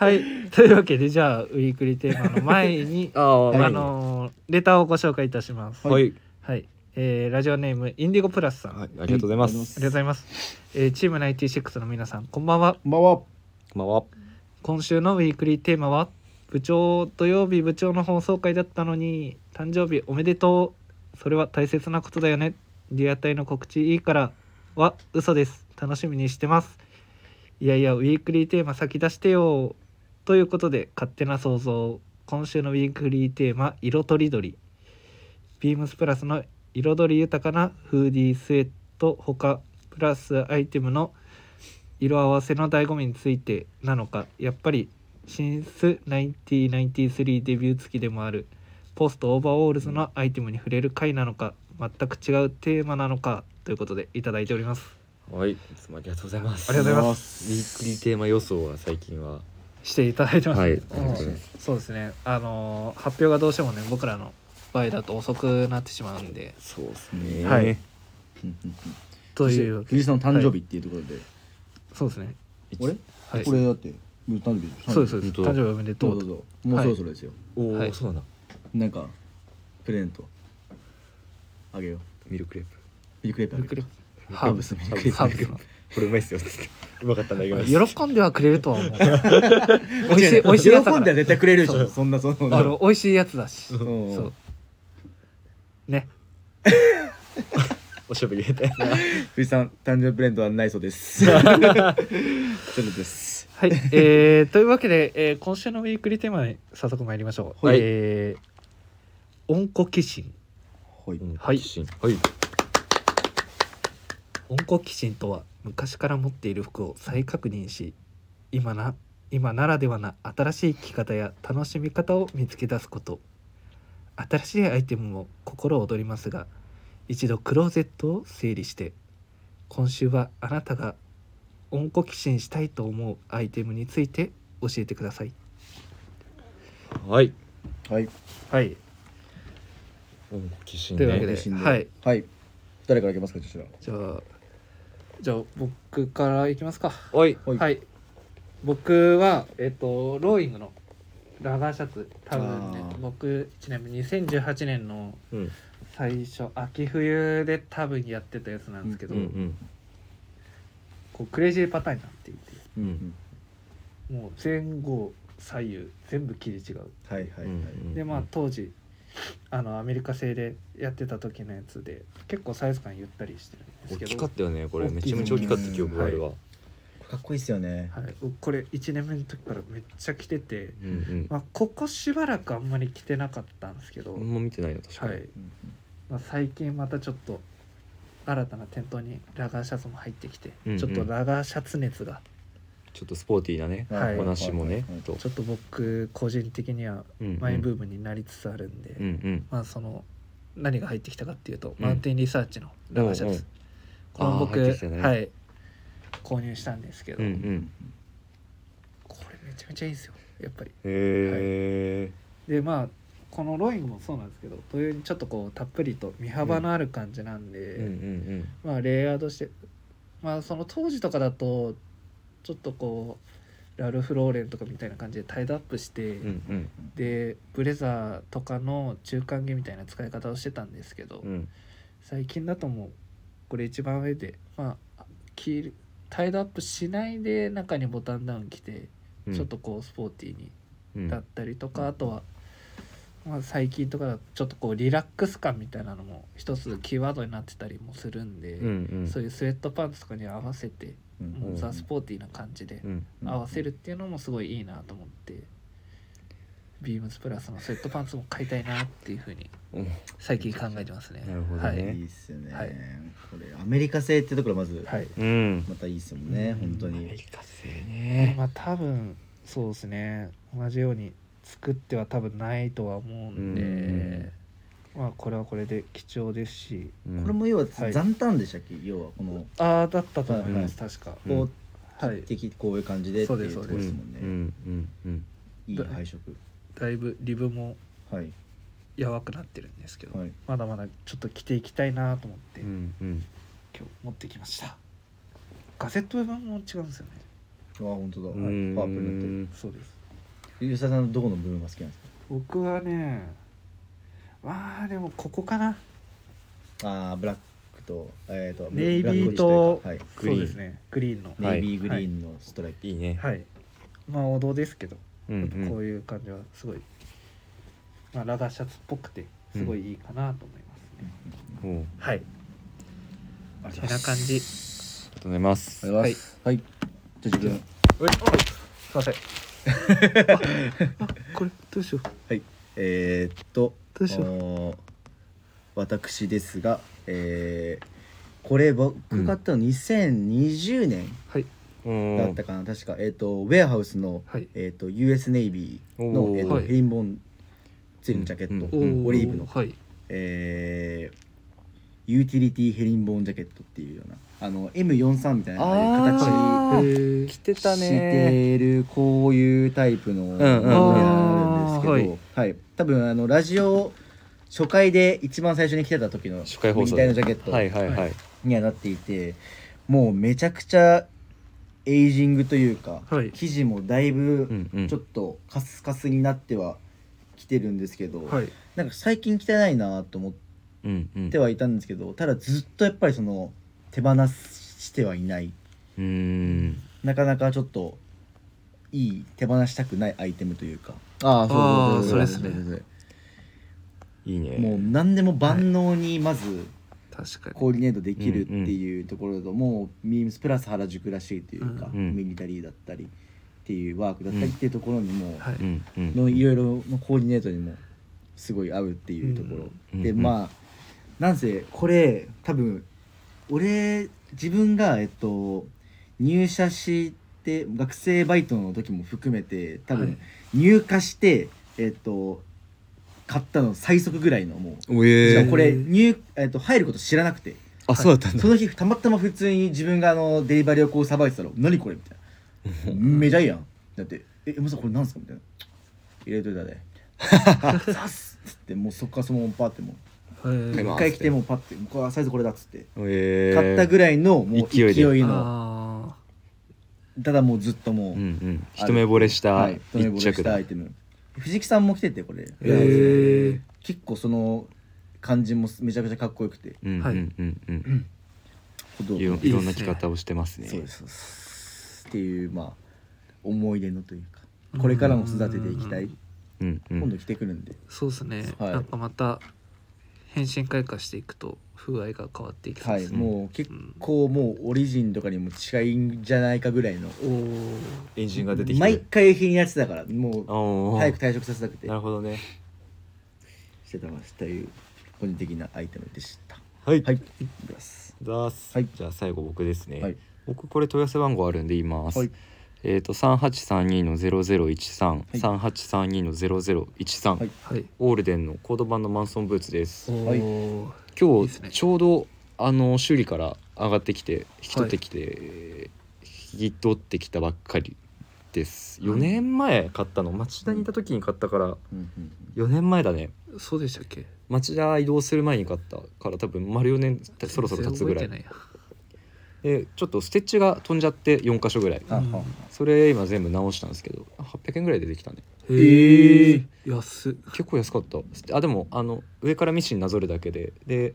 はいというわけでじゃあウィークリーテーマの前
<laughs>
に
ああ、
あのーレターをご紹介いたします
はい、はい
はい、えーラジオネームインディゴプラスさん、あり
ありがとうございます、
がとうございます、えーチーム96の皆さんこんばんは
こんばんは
こんばんは
今週のウィークリーテーマは部長土曜日部長の放送会だったのに誕生日おめでとうそれは大切なことだよねリアタイの告知いいからは嘘です楽しみにしてますいやいやウィークリーテーマ先出してよということで勝手な想像今週のウィークリーテーマ色とりどりビームスプラスの彩り豊かなフーディースウェットほかプラスアイテムの色合わせの醍醐味についてなのかやっぱりシンス1993デビュー付きでもあるポストオーバーオールズのアイテムに触れる回なのか全く違うテーマなのかということでいただいております
はいいつもありがとうございます
ありがとうございます
ウィークリーテーマ予想は最近は
していただいてます、
はいあ
うん
りがとうございます
そうですねあのー発表がどうしてもね僕らの場合だと遅くなってしまうんで
そうです
ね
はい
うんうんうん
という
藤井さんの誕生日っていうところで、
そうですね
俺、
はい
これだって誕生日でしょ
そうですそうです
本当
誕生日おめでと
どう
う
ぞ
と
どうぞもうそろそろですよ、
おお、
はい
そうなんだ
なんかプレゼントあげよう
ミルクレープ
ミルクレープあげよう
ハーブス
ハーブス
ハーブスの
これうまい
<laughs>
っすようまかったんだけど
喜んではくれるとは思う美味しい美
お
味
い
しいやつだか
喜
ら
んでは絶対くれるでし
そ
ょ
う
そんなその
あの美味しいやつだし、
う
そ
ん
うね
おしゃべり入れたい
藤井さん誕生日プレゼントはないそうで
<laughs>
すそうです
はい、えー、というわけで、えー、今週のウィークリーテーマに早速参りましょう。
はい
えー、温故寄進。
ほい
はい
はい
温故寄進とは昔から持っている服を再確認し、今な今ならではな新しい着方や楽しみ方を見つけ出すこと。新しいアイテムも心躍りますが、一度クローゼットを整理して、今週はあなたが温故寄進したいと思うアイテムについて教えてください。
はい
はい
はい。
うん寄進
というわけ
ね
で
嬉しんで
はい
はい誰からあげますかこちら
じゃあじゃあ僕からいきますか
はい
はい
はい僕はえっとローイングのラガーシャツ多分ね
あー
僕ちなみに2018年の
うん
最初秋冬で多分やってたやつなんですけ
う
ど、
んうん
こうクレイジーパターンになっていて
うん
もう前後左右全部切り違う
はいはいはい、
うん
でまあ当時あのアメリカ製でやってた時のやつで結構サイズ感ゆったりしてるんです
大
けど
きかったよねこれ
大きい
めちゃめちゃ大きかった記憶があるわ
かっこいいっすよね、
はい、これ1年目の時からめっちゃ着てて、
うんうん
まあ、ここしばらくあんまり着てなかったんですけど、
あんま見てないな確か
は
に
いまあ、最近またちょっと新たな店頭にラガーシャツも入ってきて、
うんうん
ちょっとラガーシャツ熱が
ちょっとスポーティーなね
はい
お話もねと
ちょっと僕個人的には
うんうん
マイブームになりつつあるんで、
うんうん
まあ、その何が入ってきたかっていうと、
うん
マウンテンリサーチのラガーシャツ、
うんうん
これも僕、
あー入ってきたね
はい、購入したんですけど、
うんうん
これめちゃめちゃいいんですよやっぱり。
へえ
でまあこのローイングもそうなんですけどというちょっとこうたっぷりと身幅のある感じなんで、
うんうん
まあレイヤードしてまあその当時とかだとちょっとこうラルフ・ローレンとかみたいな感じでタイドアップして、
うんうんうん
でブレザーとかの中間着みたいな使い方をしてたんですけど、
うん
最近だともうこれ一番上でまあ着るタイドアップしないで中にボタンダウン着て、
うん
ちょっとこうスポーティーに
うん
だったりとか、あとは、まあ、最近とかだとちょっとこうリラックス感みたいなのも一つキーワードになってたりもするんで、
うんうん
そういうスウェットパンツとかに合わせて、もうザ・スポーティーな感じで
うん
合わせるっていうのもすごいいいなと思って、ビームスプラスのスウェットパンツも買いたいなっていうふうに
うん
最近考えてますね。
なるほど
はいい、
いっすよね、
はい
これアメリカ製ってところまず、
はい
うん
またいいっすもんね、
うん
本当
アメ
に
リカ製ね
まあ多分そうですね同じように作っては多分ないとは思うんで、
うん
まあこれはこれで貴重ですし
うん
これも要は
はい
残端でしたっけ、要はこの
ああだったと思います、確か、
うん
こう
はい
的、こういう感じでって
そう
い
で
う
す
とこ
そう
で
です
もんね、
うんうんうん
いい配色
だいぶリブも
はい
やわくなってるんですけど、
はい
まだまだちょっと着ていきたいなと思って、
うんうん
今日持ってきましたガセット部分も違うんですよね
あ本当だ、
う
はい、パ
ん
ープルになってる
そうです
吉田さんのどこの部分が好きなんですか
僕はねまあでもここかな
ああブラックとえっ、と
ネイビー
ブラックウォッチいうか
と
はい、
グリーン
そうですねグリーンの
は
ネ
い
イビーグリーンのストライプ、
いいね
はいまあ王道ですけど、
うんうん
こういう感じはすごい、まあ、ラガーシャツっぽくてすごいいいかなと思いますね、
うん
はい
ありがとうござ
てな
います
感じ
ありがとうございます
ありがとうございますはい、じゃあ自分
すいませんああこれどうしよう
えー、っと
どうしよう
う私ですがえー、これ僕買ったの2020年
はい
うん
だったかな、確かえーっとウェアハウスの、
はい
えー、っと US ネイビー
お
の、
ー
えーっと
はい
ヘリンボーンツェリンジャケット、
うんうん
ー
オリーブの
はい
えーユーティリティヘリンボーンジャケットっていうようなあの M43 みたいなああいう形
あー
え
来
ー
てたね
してるこういうタイプのものに
うん
なるんですけど、
あ
は
ー
い多分あのラジオ初回で一番最初に来てた時の
初回放
右
送
体のジャケット
はいはいはい
にはなっていてもうめちゃくちゃエイジングというか、
はい
生地もだいぶ
んう
ちょっとカスカスになってはきてるんですけど、
はい
なんか最近着てないなと思っ
うんうん
てはいたんですけどただずっとやっぱりその手放してはいない
うん
なかなかちょっといい手放したくないアイテムというかあ
あーそうですね
いいね
もう何でも万能にまず
確かに
コーディネートできるっていうところともうミームスプラス原宿らしいというか、
うん
ミリタリーだったりっていうワークだったりっていうところにも、
はい
うんうん
のいろいろのコーディネートにもすごい合うっていうところ、
うん
で
うん
まあなんせこれ多分俺自分がえっと入社して学生バイトの時も含めて多
はい
分入荷して、えっと買ったの最速ぐらいのもう。
お
しか
え
もこれ入、えっと入ること知らなくて
あそうだったん
<laughs>
だ
その日たまたま普通に自分があのデリバリーをこうさばいてたら「何これ?」みた
<laughs>
いな「めちゃいいやん」だって「えっさんこれなんすか?」みたいな「入れといた
<laughs>
で」さっすっつってもうそっからそのままパッても
え
う
買い
ー
ま
一
す
回来てもうパッて「これはサイズこれだ」っつって
え
買ったぐらいのもう
勢い
勢
で
いの
あ
ただもうずっともう、
うんうん一目惚れした
はい一目惚
一
れし
着
た
だ
アイテム藤木さんも来ててこれ、
ーえー
結構その感じもめちゃくちゃかっこよくて
うんうんうんうん
ほど
いろいろんな着方をしてますね
そうですそうですっていうまあ思い出のというかこれからも育てていきたい
うんう
今度
ん
来てくるんで
そうですね、
はい
なんかまた変身開花していくと風合いが変わっていきそう
は
で
い
すね、
もう結構もうオリジンとかにも近いんじゃないかぐらいの
お
エンジンが出てきて
毎回気になってたからもう
おー
早く退職させたくて
なるほどね
してたますという個人的なアイテムでした
はい
はいです
ざーす
はい
じゃあ最後僕ですね、
はい
僕これ問い合わせ番号あるんで言います、
はい
えっ、と3832の0013、
い
3832の0013、
はい
はい
オールデンのコード版のマンソンブーツです
お
はい
ーい
今
いです
日
ね
ちょうどあの修理から上がってきて引き取ってきて、引き取ってきたばっかりです4年前買ったの町田にいた時に買ったから
うんうん
4年前だね
そうでしたっけ
町田移動する前に買ったから多分丸4年そろそろ経つぐらい
全然覚
でちょっとステッチが飛んじゃって4箇所ぐらい
あは
うん
は
それ今全部直したんですけど800円ぐらいでできたね
えてないえー、安っ
結構安かったあでもあの上からミシンなぞるだけでで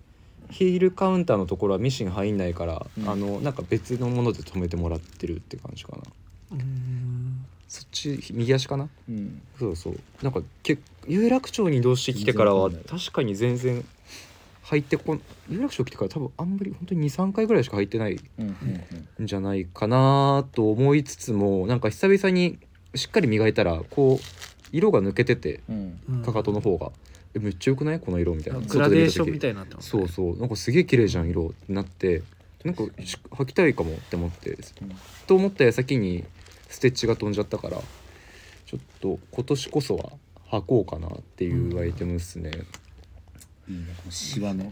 ヒールカウンターのところはミシン入んないから、
うん
あのなんか別のもので止めてもらってるって感じかな
うーん
そっち右足かな
うん
そうそうなんか結有楽町に移動してきてからは
全然わか
確かに全然入ってこん有楽町来てから多分あんまり本当に23回ぐらいしか入ってない
うんうん
んじゃないかなと思いつつもなんか久々にしっかり磨いたらこう色が抜けてて
うん
うん
かかとの方が「えめっちゃよくないこの色」みたいな
グラデーションみ
い
たいになってます
そうそうなんかすげえ綺麗じゃん色ってなってなんかし履きたいかもって思ってと思った矢先にステッチが飛んじゃったからちょっと今年こそは履こうかなっていうアイテムですね、
いいねこのシワの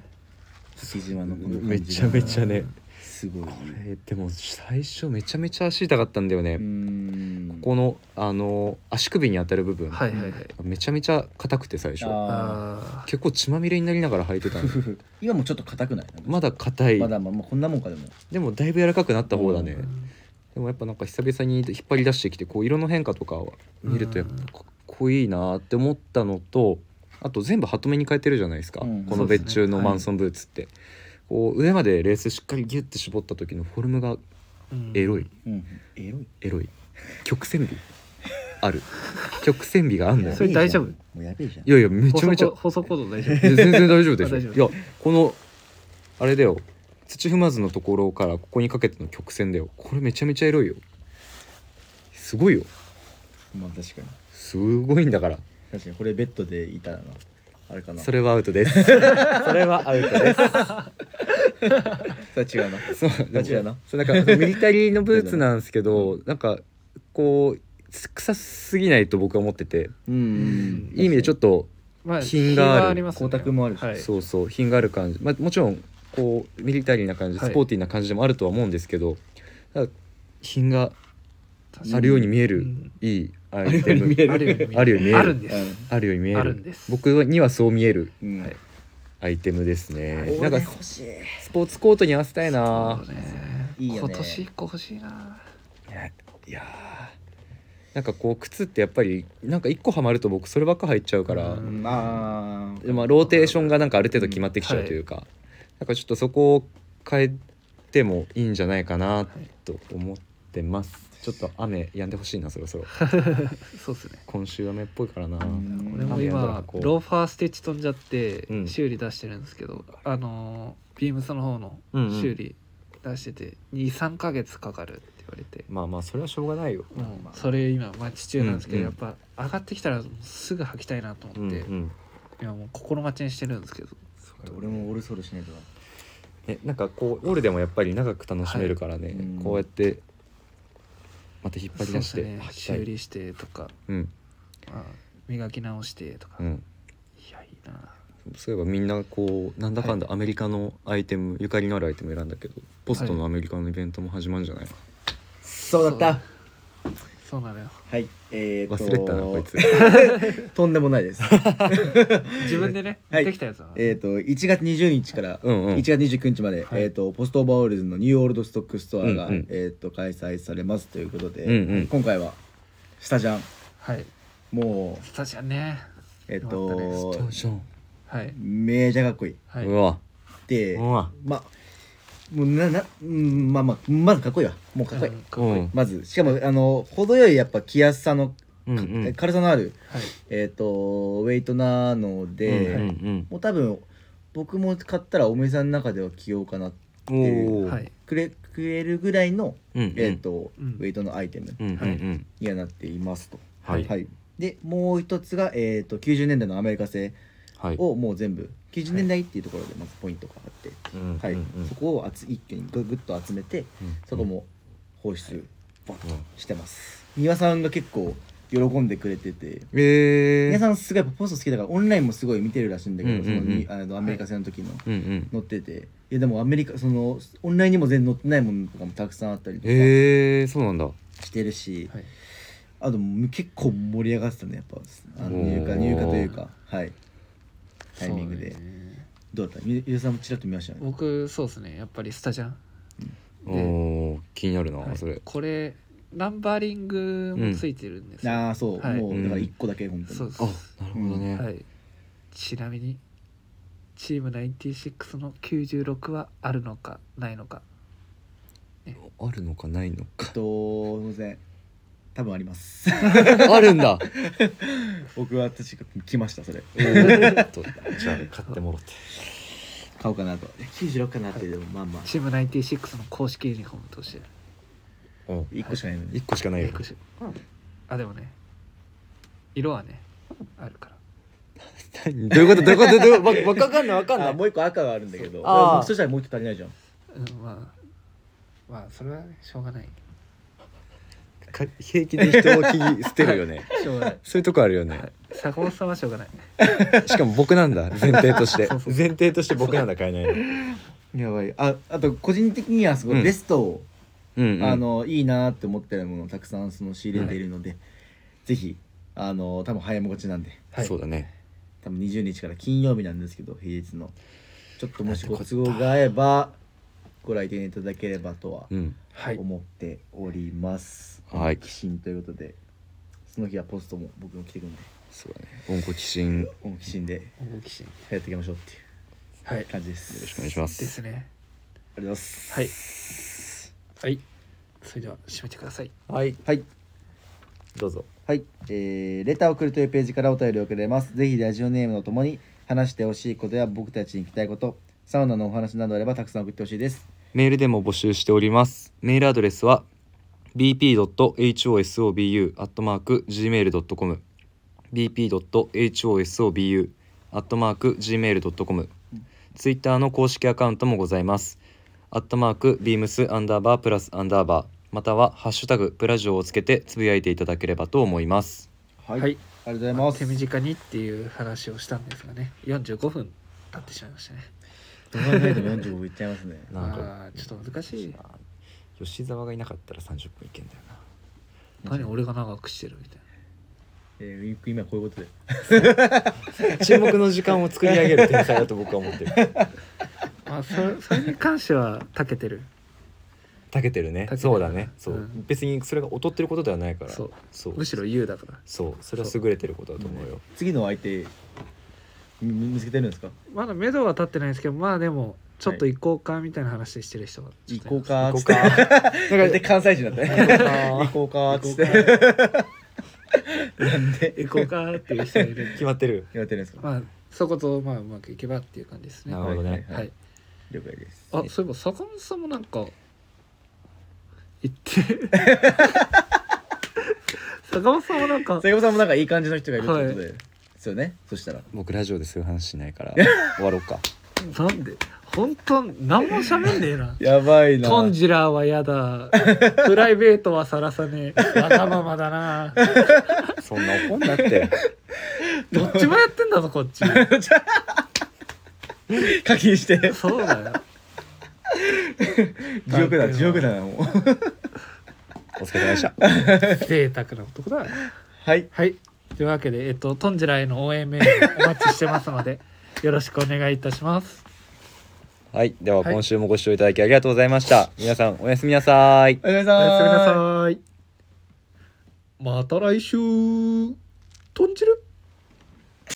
竹島のこの感じが
めちゃめちゃね
すごい
これでも最初めちゃめちゃ足痛かったんだよね、
うーん
ここのあの足首に当たる部分、
はいはいはい
めちゃめちゃ硬くて最初
あー
あ
結構血まみれになりながら履いてたの
<laughs> 今もちょっと硬くないなんか
まだ硬い
まだまあまあこんなもんかでも
でもだいぶ柔らかくなった方だね、
う
ー
でもやっぱなんか久々に引っ張り出してきてこう色の変化とかを見るとやっぱかっこいいなって思ったのとあと全部ハトメに変えてるじゃないですか、
うん
この別注のマンソンブーツって、こう上までレースしっかりギュッて絞った時のフォルムが
うん
エロい
うんエロい
エロい曲線美ある曲線美があんのよ
それ大丈夫
もうやべえじゃん
いやいやめちゃ
細
めちゃ
こ細コード大丈
いや全然大丈夫で
あ大
し
丈
ょい
夫
やこのあれだよ土踏まずのところからここにかけての曲線だよこれめちゃめちゃエロいよすごいよ
まあ確かに
すごいんだから
確かにこれベッドでいたらなあれかな
それはアウトです
<laughs>
それはアウトです
それは違うな
そう
ガチやな
そうなんかミリタリーのブーツなんです
<laughs>
けどなんかこう臭すぎないと僕は思ってて
うん
いい意味でちょっと
夫まあ
品がある
品ますね
光沢もあるし
はい
そうそう品がある感じ、まあ、もちろんこうミリタリーな感じ
はい
スポーティーな感じでもあるとは思うんですけど、ただ品が
確か
あ
に
るように見える、
うん
いいアイテム
あるように見える
あるように見える
あるんです、
あるように見える
あるんです
僕にはそう見える
うん
はい
アイテムですね
な
なんん
か
か
欲しい
スポーツコートに合わせたいな
そうね
いいよ
今
ね
年一個欲しいない
やーなんかこう靴ってやっぱりなんか一個はまると僕そればっか入っちゃうから、
うん
まあ
まあ、ローテーションがなんかある程度決まってきちゃうというか、なんかちょっとそこを変えてもいいんじゃないかなと思ってます、ちょっと雨止んでほしいなそろそろ
そうですね
今週雨っぽいからな、
うん
俺も
雨やんだら
今
こう
ローファーステッチ飛んじゃって
うん
修理出してるんですけど、あのービームスの方の
うんうん
修理出してて23か月かかるって言われて、
まあまあそれはしょうがないよ、
もうそれ今待ち中なんですけど、
うんうん
やっぱ上がってきたらすぐ履きたいなと
うん
思
う
って、
ん、
今もう心待ちにしてるんですけど
俺もオールソールしないとな
ね、なんかこう夜でもやっぱり長く楽しめるからね、
はい
こうやってまた引っ張り
そう
出
で
し
す
て、
ね
はい
修理してとか、
うん
まあ磨き直してとか、
う
い
ん、
やいいな
そういえばみんなこうなんだかんだアメリカのアイテム、ゆかりのあるアイテム選んだけどポストのアメリカのイベントも始まるんじゃない、
そうだった
そうなのよ
はいえーと
忘れてたなこいつ
<laughs> とんでもないです
自分でね、
はい
できたやつは、
えっと1月20日から
うんうん
1月29日まで、
はい
えー、とポストオーバーオールズのニューオールドストックストアが、
うんうん
えー、と開催されますということで、
うんうん
今回はスタジャン
はい
もう
スタジアムね
えっ、
よかったで
と、
はい
めちゃかっこいい
はいう
わ
で
うわ
まあもうななうんまあまあまずかっこいいわもうかっこいい、
うんかっこいい、
うん
まずしかもあの程よいやっぱ着やすさの、
うんう
か
ん
軽さのある、
はい
えっとウェイトなので、
うんうん
もう多分僕も買ったらお店の中では着ようかな
うんおお
はい、
くれくれるぐらいの、
うんうん
えーと
うん
ウェイトのアイテム
うんうんうん
にはなっていますと。
はい
はい、でもう一つが、えー、と90年代のアメリカ製
はい
をもう全部90年代っていうところでまずポイントがあって、
うん
はい
うんうん
そこをあつ一気にぐぐっと集めてそこも放出バッとしてます。三輪さんが結構喜んでくれてて
え
皆
え
さんすごいやっぱポスト好きだからオンラインもすごい見てるらしいんだけど、
うんうんうん
そのにあのアメリカ製の時の
うんうん
載ってていやでもアメリカそのオンラインにも全然載ってないものとかもたくさんあったりとか
ええそうなんだ
してるし、
はい
あともう結構盛り上がってたねやっぱあの
お
入
ー
荷入荷というかはいタイミングで、
そうね
どうだったゆゆうさんもちらっと見ましたよね
僕そうですねやっぱりスタジャン
おお気になるな、
はい
それ
これナンバリングもついてるんですよ、
ああそう、
はい
もうだから1個だけ本当に、
そうです
あなるほどね、
はい、ちなみにチーム96の96はあるのかないのか
あるのかないのか
と当然多分あります
あるんだ
<laughs> 僕は確か来ましたそれ
じゃあ買ってもろって
買おうかなと96かなってでもまあまあ
チーム96の公式ユニフォームとして
うん
1個しかないのに
一個しかないよ
美しいあでもね色はねあるから
何どういうことどういうことどういうことわわかんないわかんな
あ
い
もう一個赤があるんだけど
あー
そしたらもう一個足りないじゃん
うんまあまあそれはねしょうがない
か平気で人を切り捨てるよね
しょうがない
そういうとこあるよね
はい坂本さんはしょうがない
しかも僕なんだ前提として前提として僕なんだ買えないの
やばいああと個人的にはすご
う
い
ん
ベストを、
うんうん
あのいいなって思ってるものをたくさんその仕入れているので、ぜひあの多分早もがちなんで
はい
そうだね
多分20日から金曜日なんですけど平日のちょっともしご都合が合えばご来店いただければとは
うん
はい
思っております
はい
寄進ということでその日はポストも僕も来てくるんで
そうだね温故寄進よ
もう寄進で
好奇心
やっていきましょうっ
は
てい
いう
感じです
ろしくお願いしま
ですすね
ありがとうございます
はいはいそれでは締めてください
はい
はい
どうぞ
はい、えーレターを送るというページからお便りを送れます。ぜひラジオネームとともに話してほしいことや僕たちに聞きたいこと、サウナのお話などあればたくさん送ってほしいです。
メールでも募集しております。メールアドレスは bp.hosobu.gmail.com bp.hosobu.gmail.com ツイッターの公式アカウントもございます。アットマーク beams アンダーバープラスアンダーバーまたはハッシュタグプラジオをつけてつぶやいていただければと思います。
はい、
はい
ありがとうござ
手
います。
短にっていう話をしたんですがね45分経ってしまいましたね
どう考えても45分いっちゃいますね。
なんか
あーちょっと難しい
吉沢がいなかったら30分いけんだよな。
何俺が長くしてるみたい
<laughs> えー、今こういうことで。
沈黙の時間を作り上げる天才だと僕は思ってる。
なまあそ <laughs> それに関しては長けてる
たけてるね
長けて。る
そうだね。そう、
うん
別にそれが劣ってることではないから。
そう
そう
むしろ優だから
そうそれは優れてることだと思うよ。
次の相手、み見つけてるんですか
まだ目処は立ってないんですけどまあでもちょっと行こうかみたいな話してる人がちょっ
行
と
こ
いうます
かーっつ
こう
って。
か。
<laughs>
なんか
絶対関西人だったね。 <laughs> 行こうかーっつって。なんで
行こうかっていう人がいる
決まってる。
<laughs> 言われてるんですか
<laughs> まあそことまあうまくいけばっていう感じですね
なるほどね
はいはい
はい
了解です。
あそういえば坂本さんもなんか行って <laughs> 坂本さんもなんか
坂本さんもなんかいい感じの人がいるってことで。そうね。そしたら。
僕ラジオでそういう話しない <laughs> から終わろうか。
なんで本当何も喋んねえな
やばいな。
トンジラーはやだプライベートはさらさねえわがままだな
そんな怒んな <laughs> って。
どっちもやってんだぞこっち
課金 <laughs> して。
そうだよ
地獄だ、地獄だな、もう。
お疲れ様で <laughs> した。
贅沢な男だ
はい。
はいというわけでえっとトンジラーへの応援メールお待ちしてますのでよろしくお願いいたします
はいでは
はい
今週もご視聴いただきありがとうございました。皆さんおやすみなさい。
おやすみ
お
な
やすみな
さい。
さいまた来週トンジル